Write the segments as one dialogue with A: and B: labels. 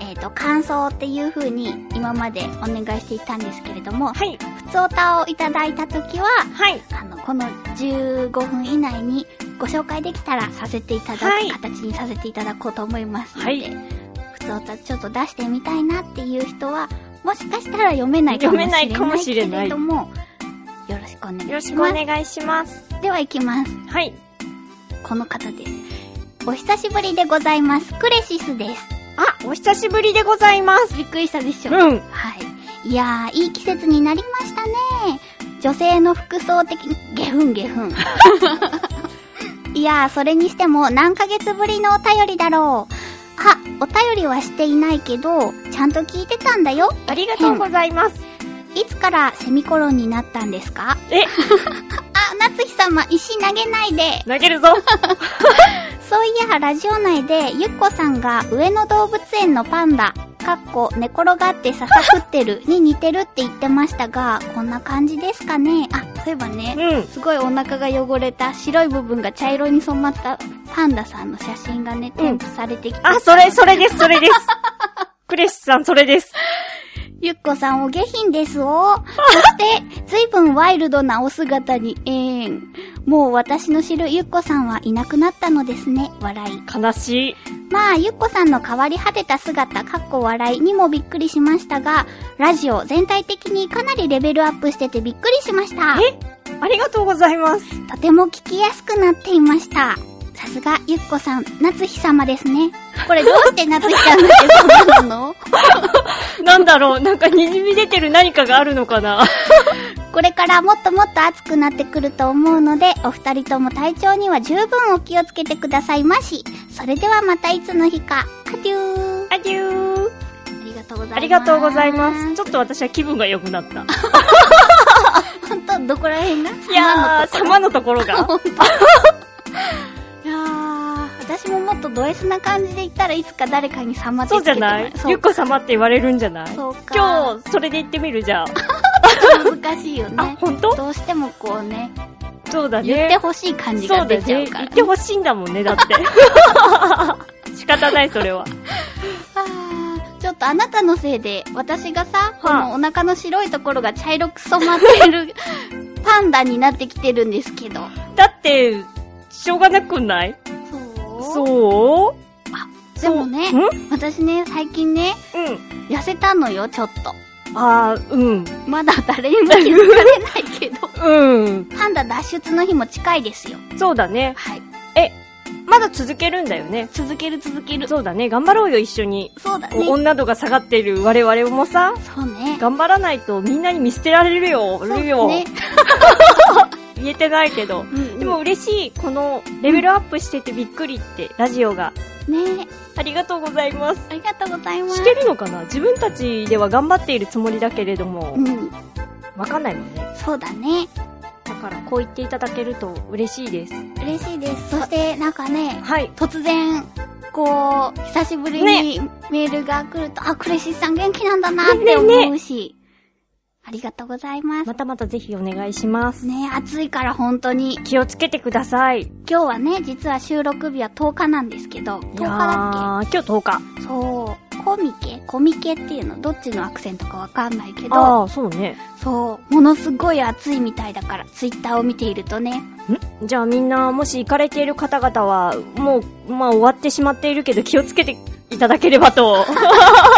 A: えっ、と、感想っていう風に今までお願いしていたんですけれども、
B: はい、
A: 普通歌をいただいた時は、
B: はい。
A: あの、この15分以内にご紹介できたらさせていただく、
B: はい
A: 形にさせていただこうと思いますので、
B: はい
A: 普通歌ちょっと出してみたいなっていう人は、もしかしたら読めないかもしれない
B: 読めないかもしれない
A: けれども、よろしくお願いします。
B: よろしくお願いします。
A: では行きます。
B: はい。
A: この方です。お久しぶりでございます。クレシスです。
B: あ、お久しぶりでございます。
A: びっくりしたでしょ
B: うん。
A: はい。いやー、いい季節になりましたね。女性の服装的に、ゲフンゲフン。いやー、それにしても何ヶ月ぶりのお便りだろう。あ、お便りはしていないけど、ちゃんと聞いてたんだよ。
B: ありがとうございます。
A: いつからセミコロンになったんですか
B: え、
A: あ、夏日様、石投げないで。
B: 投げるぞ。
A: そういや、ラジオ内で、ゆっこさんが上野動物園のパンダ、かっこ寝転がってささくってるに似てるって言ってましたが、こんな感じですかね。あ、そういえば
B: う
A: ね、
B: ん。
A: すごいお腹が汚れた白い部分が茶色に染まったパンダさんの写真がね、添付されてきて、
B: あ、それ、それです、それ です。クレシさん、それです。
A: ゆっこさんお下品ですお。そして、ずいぶんワイルドなお姿に、えーん。もう私の知るゆっこさんはいなくなったのですね。笑い。
B: 悲しい。
A: まあ、ゆっこさんの変わり果てた姿、かっこ笑いにもびっくりしましたが、ラジオ全体的にかなりレベルアップしててびっくりしました。
B: ありがとうございます。
A: とても聞きやすくなっていました。さすが、ゆっこさん、夏日様ですね。これどうして夏日さんだけそうなの
B: なんだろう、なんか滲み出てる何かがあるのかな。
A: これからもっともっと暑くなってくると思うので、お二人とも体調には十分お気をつけてくださいまし。それではまたいつの日か。アデュー。
B: アデュー。
A: ありがとうございます。
B: ありがとうございます。ちょっと私は気分が良くなった。
A: 本当どこら辺が
B: いやー、 様のところが。
A: いやー、私ももっとド S な感じで言ったらいつか誰かに様って言
B: そうじゃない
A: そう
B: ゆっこ様って言われるんじゃない
A: そうか。
B: 今日、それで言ってみるじゃん。
A: 日、難しいよ
B: あ、
A: ね。
B: ほんと
A: どうしてもこうね、
B: そうだ
A: 言って
B: ね。
A: ほしい感じ
B: そ
A: が
B: うだ
A: 出
B: ね。
A: ちゃう
B: 言
A: から、
B: ってほしいんだもんね、だって。 仕方ない、それは。
A: あーちょっとあなたのせいで、私がさ、こ
B: はあ
A: のお腹の白いところが茶色く染まって るパンダになってきてるんですけど。
B: だって、しょうがなくない
A: そう
B: そう
A: でもね
B: そうん
A: 私ね、最近ね、
B: う
A: 痩せたのよ、ちょっと。
B: ん。あー、うん。
A: まだ誰にも気づかれないけ ど。
B: うん。
A: パンダ脱出の日も近いですよ。
B: そうだね。
A: はい。
B: まだ続けるんだよね。
A: 続ける続ける。そ
B: そうだね。頑張ろうよ、一緒に。
A: うだ
B: こ
A: ね
B: う。女度が下がってる我々もさ、
A: そうね。
B: 頑張らないとみんなに見捨てられるよ、
A: そう
B: るよ。
A: ね。
B: 言えてないけど。
A: うん
B: でも嬉しい。この、レベルアップしててびっくりって、ラジオが。
A: ね
B: ありがとうございます。
A: ありがとうございます。
B: してるのかな自分たちでは頑張っているつもりだけれども
A: う、ん。
B: わかんないもんね。
A: そうだね。
B: だから、こう言っていただけると嬉しいです。
A: 嬉しいです。そして、なんかね、
B: はい。
A: 突然、こう、久しぶりにメールが来ると、あ、クレシスさん元気なんだなっ
B: ね
A: て
B: ねね
A: 思うし、ありがとうございます。
B: またまたぜひお願いします。
A: ね暑いから本当に。
B: 気をつけてください。
A: 今日はね、実は収録日は10日なんですけど、10日だっ
B: いやー今日10日。
A: けそう、コミケコミケっていうの、どっちのアクセントかわかんないけど、
B: ああ、そうね。
A: そう、ものすごい暑いみたいだから、ツイッターを見ているとね、
B: んじゃあみんな、もし行かれている方々は、もう、まあ終わってしまっているけど気をつけていただければ と。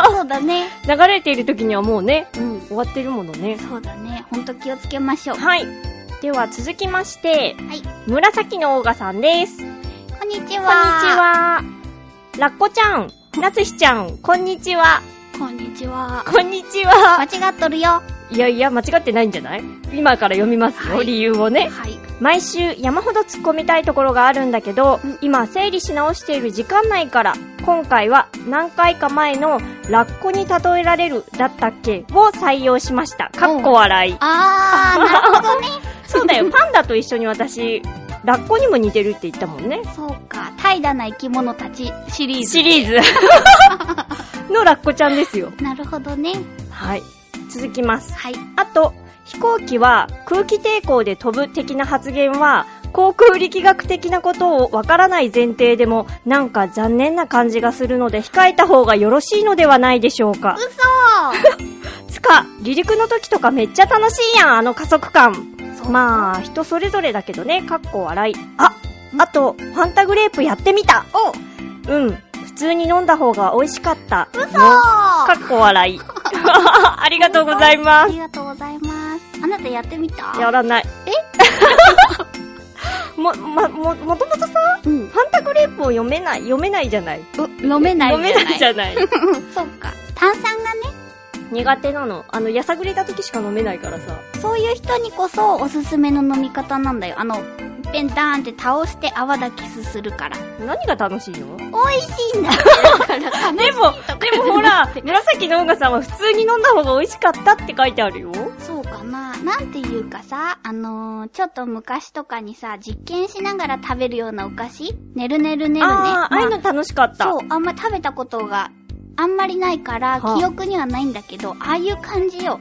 A: そうだね。
B: 流れている時にはもうね、
A: うん、
B: 終わってるものね。
A: そうだね。ほんと気をつけましょう。
B: はい。では続きまして、
A: はい。
B: 紫のオーガさんです。こんに
A: こんにち
B: ち
A: は。
B: は。ラッコちゃん、なつひちゃん、こんにちは。
A: こんにちは。
B: こんにちは。
A: 間違っとるよ。はい
B: やいや、間違ってないんじゃない今から読みますよ、
A: はい
B: 理由をね。
A: い。
B: 毎週山ほど突っ込みたいところがあるんだけど
A: うん、
B: 今整理し直している時間内から、今回は何回か前のラッコに例えられるだったっけを採用しました。かっこ笑い。
A: あー、なるほどね。
B: そうだよ、パンダと一緒に私、ラッコにも似てるって言ったもんね。
A: そうか。怠惰な生き物たちシリーズ。
B: シリーズのラッコちゃんですよ。
A: なるほどね。
B: はい。続きます。
A: はい。
B: あと、飛行機は空気抵抗で飛ぶ的な発言は、航空力学的なことをわからない前提でも、なんか残念な感じがするので控えた方がよろしいのではないでしょうか。
A: 嘘
B: つか、離陸の時とかめっちゃ楽しいやん、あの加速感。
A: そう
B: まあ、人それぞれだけどね、かっこ笑い。あ、あと、ファンタグレープやってみた。
A: お
B: うん、普通に飲んだ方が美味しかった。嘘
A: あ
B: かっこ笑い。 ありがとうございます。
A: りがとうございます。あなたやってみた
B: やらない。え も、ま、も、もともとさ、
A: うん。
B: ファンタグレープを読めない、読めないじゃない。
A: 飲めない
B: 読めないじ
A: ゃ
B: ゃ ない。
A: ん。そうか。炭酸がね、
B: 苦手なの。あの、やさぐれた時しか飲めないからさ。
A: そういう人にこそおすすめの飲み方なんだよ。あの、ペンダーンって倒して泡だけすするから。
B: 何が楽しいのでも、
A: 美味しいんだよ。だから
B: で もほら、紫のうがさんは普通に飲んだ方が美味しかったって書いてあるよ。
A: そうかな。なんていうかさ、あのー、ちょっと昔とかにさ、実験しながら食べるようなお菓子ねるねるねるね。
B: ああ、ああいう
A: ま
B: の楽しかった。
A: そう、あんま食べたことがあんまりないから、
B: はあ
A: 記憶にはないんだけど、ああいう感じよ。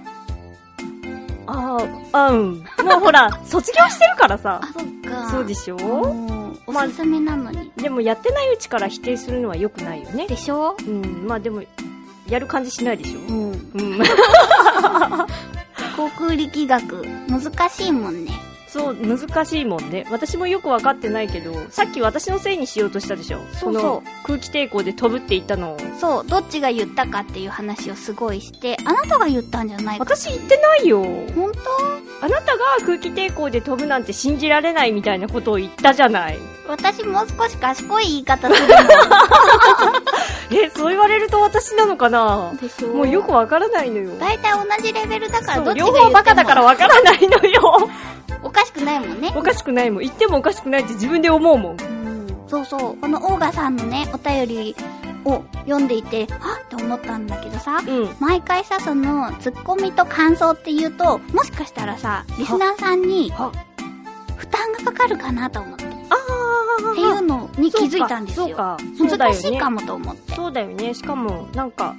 B: ああ、うん。もうほら、卒業してるからさ
A: あ、。そっか。
B: そうでしょ
A: もうお
B: ます
A: すめなのに。
B: でもやってないうちから否定するのは良くないよね。
A: でしょ
B: うん、まあでも、やる感じしないでしょ
A: うん。
B: うん。
A: 航空力学、難しいもんね。
B: そう、難しいもんね。私もよくわかってないけど、さっき私のせいにしようとしたでしょ
A: そうそう
B: この空気抵抗で飛ぶって言ったの。
A: そう、どっちが言ったかっていう話をすごいして、あなたが言ったんじゃないか。
B: 私言ってないよ。
A: ほんと
B: あなたが空気抵抗で飛ぶなんて信じられないみたいなことを言ったじゃない。
A: 私もう少し賢い言い方する
B: え、そう言われると私なのかな
A: のでしょ
B: もうよくわからないのよ。
A: 大体同じレベルだから
B: そ
A: どっ
B: う
A: ちが言
B: 両
A: っても
B: 方バカだからわからないのよ。
A: おかしくないもんね
B: おかしくないもん。言ってもおかしくないって自分で思うもん。
A: うんそうそうこのオーガさんのねお便りを読んでいてあって思ったんだけどさ
B: うん。
A: 毎回さそのツッコミと感想って言うともしかしたらさリスナーさんに
B: は
A: 負担がかかるかなと思ってって
B: あー
A: いうのに気づいたんです
B: そう
A: よ
B: か。そうかそうだよ
A: 難
B: ね
A: しいかもと思って
B: そうだよね。しかも、なんか、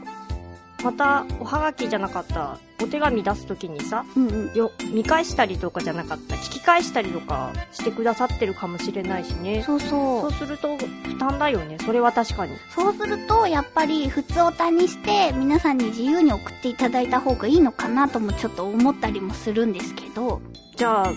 B: また、おはがきじゃなかった、お手紙出すときにさ、
A: うんうん
B: よ、見返したりとかじゃなかった、聞き返したりとかしてくださってるかもしれないしね。
A: そうそ
B: そううすると、負担だよね。それは確かに。
A: そうするとやっぱり普通おたにして皆さんに自由に送っていただいた方がいいのかなともちょっと思ったりもするんですけど
B: じゃあ、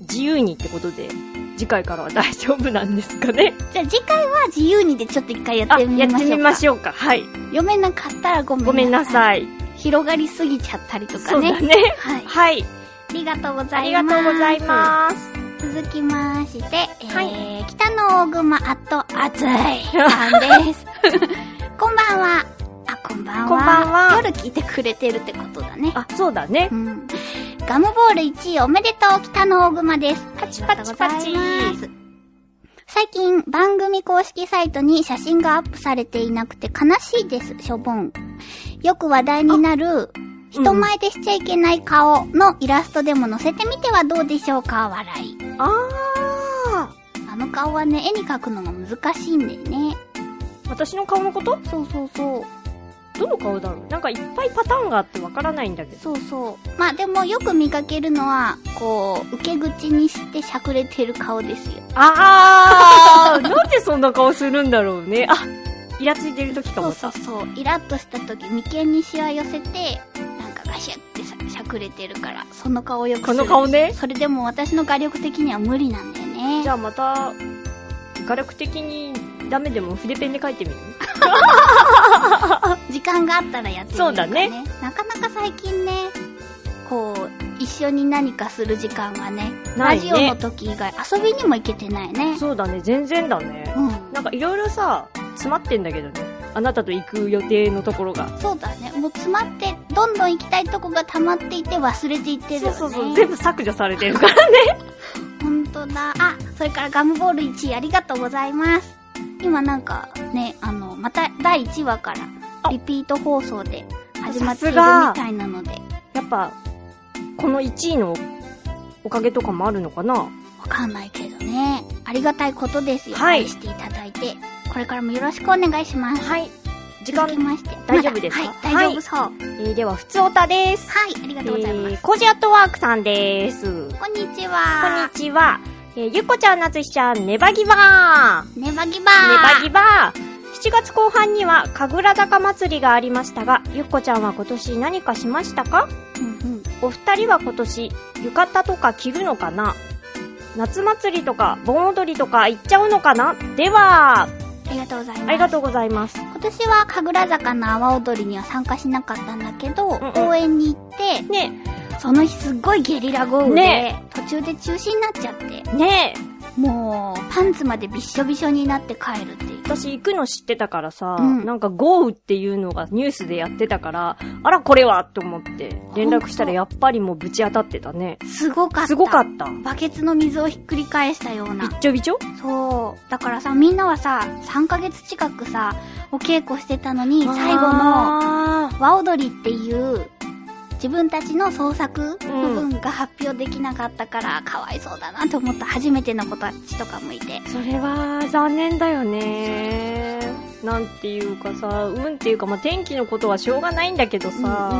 B: 自由にってことで、次回からは大丈夫なんですかね。
A: じゃあ次回は自由にでちょっと一 回やっ
B: あ、
A: てみ
B: やっ
A: ましょうか。
B: てみましょうか。はい。
A: 読めなかったらごめんなさい。
B: ごめんなさい。
A: 広がりすぎちゃったりと
B: そ
A: か
B: う
A: ね。
B: だね。
A: はい。
B: はい。
A: ありがとうござ
B: あ
A: いま
B: りが
A: す。
B: とうございます。
A: す。続きまして、えー
B: は
A: 北の大熊あと熱いさん です。こんばんは。あ、こんばんは。
B: こんばんは
A: 夜聞いてくれてるってことだね。
B: あ、そうだね
A: う。ん。ガムボール1位おめでとう、北の大熊です。
B: パチパチパチ
A: ありがとうございます。最近、番組公式サイトに写真がアップされていなくて悲しいです、しょぼん。よく話題になる、人前でしちゃいけない顔のイラストでも載せてみてはどうでしょうか、笑い。
B: あー。
A: あの顔はね、絵に描くのが難しいんだよね。
B: 私の顔のこと
A: そうそうそう。
B: どの顔だろうなんかいっぱいパターンがあってわからないんだけど。
A: そうそう。まあでもよく見かけるのは、こう、受け口にしてしゃくれてる顔ですよ。
B: あーなんでそんな顔するんだろうね。あ、イラついてる時か
A: そ
B: も
A: うそ
B: さ
A: う。そう。イラッとした時、眉間にシワ寄せて、なんかガシュってしゃしゃくれてるから、その顔をよくす
B: こ
A: る
B: の顔ね。
A: それでも私の画力的には無理なんだよね
B: じ。ゃあまた、画力的にダメでも筆ペンで書いてみる
A: 時間があったらやってみるか、ね、
B: そうだね
A: なかなか最近ね、こう、一緒に何かする時間がね、
B: ない
A: ラ
B: ね
A: ジオの時以外遊びにも行けてないね。
B: そうだね、全然だね。
A: うん。
B: なんかいろいろさ、詰まってんだけどね。あなたと行く予定のところが。
A: そうだね。もう詰まって、どんどん行きたいとこが溜まっていて忘れていってるよ
B: そう
A: ね。
B: そうそう、全部削除されてるからね。
A: ほんとだ。あ、それからガムボール1位ありがとうございます。今なんかね、あの、また第1話から
B: あ
A: リピート放送で始まっている
B: さす
A: み
B: が
A: たいなので、わ
B: やっぱ、この1位のおかげとかもあるのかな
A: かんないけどね。ありがたいことですよ。
B: はい
A: 愛していただいて。これからもよろしくお願いします。
B: はい。時間
A: 続、きまして。
B: 大丈夫ですか
A: まだはい、大丈夫そう。はい、
B: えー、では、ふつおたです。
A: ありがとうございます。
B: えーコージアットワークさんです。こんに
A: こんにちは。
B: ちは。えー、ゆっこちゃん、なつひちゃん、ネバギバー。
A: ネバギバ
B: ネバ
A: ー。
B: ギバー。7月後半には、神楽坂祭りがありましたが、ゆっこちゃんは今年何かしましたか
A: うんうん。
B: お二人は今年、浴衣とか着るのかな夏祭りとか、盆踊りとか行っちゃうのかなでは、
A: ありがとうございます。
B: ありがとうございます。
A: 今年は神楽坂の阿波踊りには参加しなかったんだけど、
B: んうん
A: 応援に行って、
B: ね
A: その日すっごいゲリラ豪雨で、
B: ね
A: 途中で中止になっちゃって、
B: え、ねえ、
A: もうパンツまでびっしょびしょになって帰るっていう。
B: 私行くの知ってたからさ、
A: うん
B: なんか豪雨っていうのがニュースでやってたから、あらこれはと思って連絡したらやっぱりもうぶち当たってたね。
A: すごかった。
B: すごかった。
A: バケツの水をひっくり返したよう
B: び
A: な。
B: っちょびちょ
A: そう。だからさ、みんなはさ、3ヶ月近くさ、お稽古してたのに、最後の、
B: の。
A: 和踊りっていう、自分たちの創作部分が発表できなかったから、かわいそうだなと思った初めての子たちとかもいて。
B: それは残念だよね。なんていうかさ、うんっていうか、まあ、天気のことはしょうがないんだけどさ、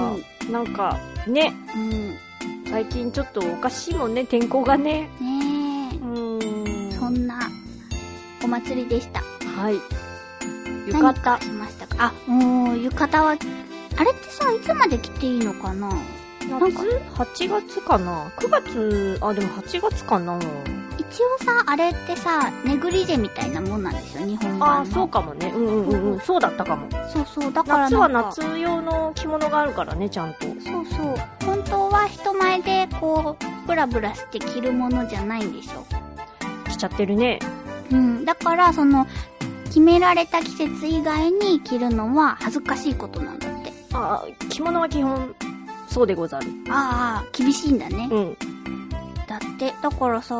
B: なんかね、
A: うん。
B: 最近ちょっとおかしいもんね、天候がね。
A: ね
B: うー
A: え、
B: ん。
A: そんな、お祭りでした。
B: はい。浴
A: 何
B: 衣
A: か。しましたかあ、もう、浴衣は、あれってさ、いつまで着ていいのかな
B: 夏 ?8 月かな ?9 月、あ、でも8月かな
A: 一応さ、あれってさ、ネグリジェみたいなもんなんですよ、日本版の。
B: あそうかもね。うんうんうんうん。そうだったかも。
A: そうそう、だからなん
B: 夏
A: か
B: は夏用の着物があるからね、ちゃんと。
A: そうそう。本当は人前で、こう、ブラブラして着るものじゃないんでしょ。
B: 着ちゃってるね。
A: うん。だから、その、決められた季節以外に着るのは恥ずかしいことなんだって。
B: あ、着物は基本、そうでござる。
A: ああ、厳しいんだね。
B: うん。
A: だってだからさ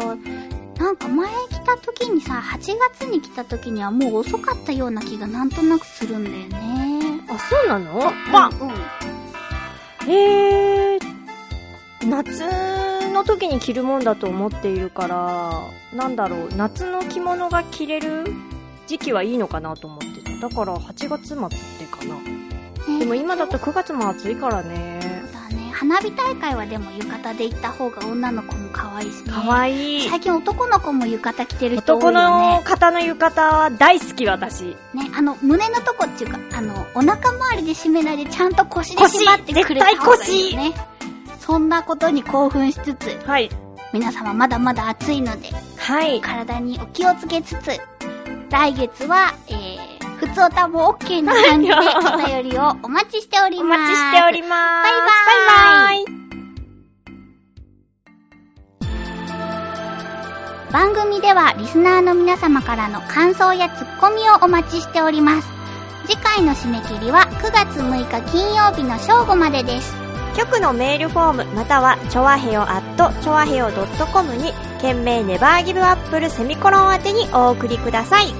A: なんか前来た時にさ8月に来た時にはもう遅かったような気がなんとなくするんだよね
B: あ、そうなのま
A: うんうん
B: あ、へえ。夏の時に着るもんだと思っているから、なんだろう、夏の着物が着れる時期はいいのかなと思ってた。だから8月末ってかな。
A: ね
B: でも今だと9月も暑いからね。
A: そうだね花火大会はでも浴衣で行った方が女の子も可愛いしね
B: かわいい。
A: 最近男の子も浴衣着てる人多
B: 男
A: いよ
B: の
A: ね
B: 方の浴衣は大好き、私。
A: ねあの胸のとこっていうかあのお腹周りで締めないでちゃんと腰で
B: 腰
A: 縛ってくれた方がいいよねそんなことに興奮しつつ
B: はい。
A: 皆様まだまだ暑いので
B: はい。
A: 体にお気をつけつつ、来月は、えー、普通おたも OK な感じでお便りをお待ちしており
B: お
A: ます。
B: 待ちしております。
A: バイバイ
B: イバ
A: 番
B: イ
A: 組ではリスナーの皆様からの感想やツッコミをお待ちしております。次回の締め切りは9月6日金曜日の正午までです。
B: 局のメールフォームまたはチョアヘヨアットチョアヘヨ .com に件名ネバーギブアップルセミコロン宛てにお送りください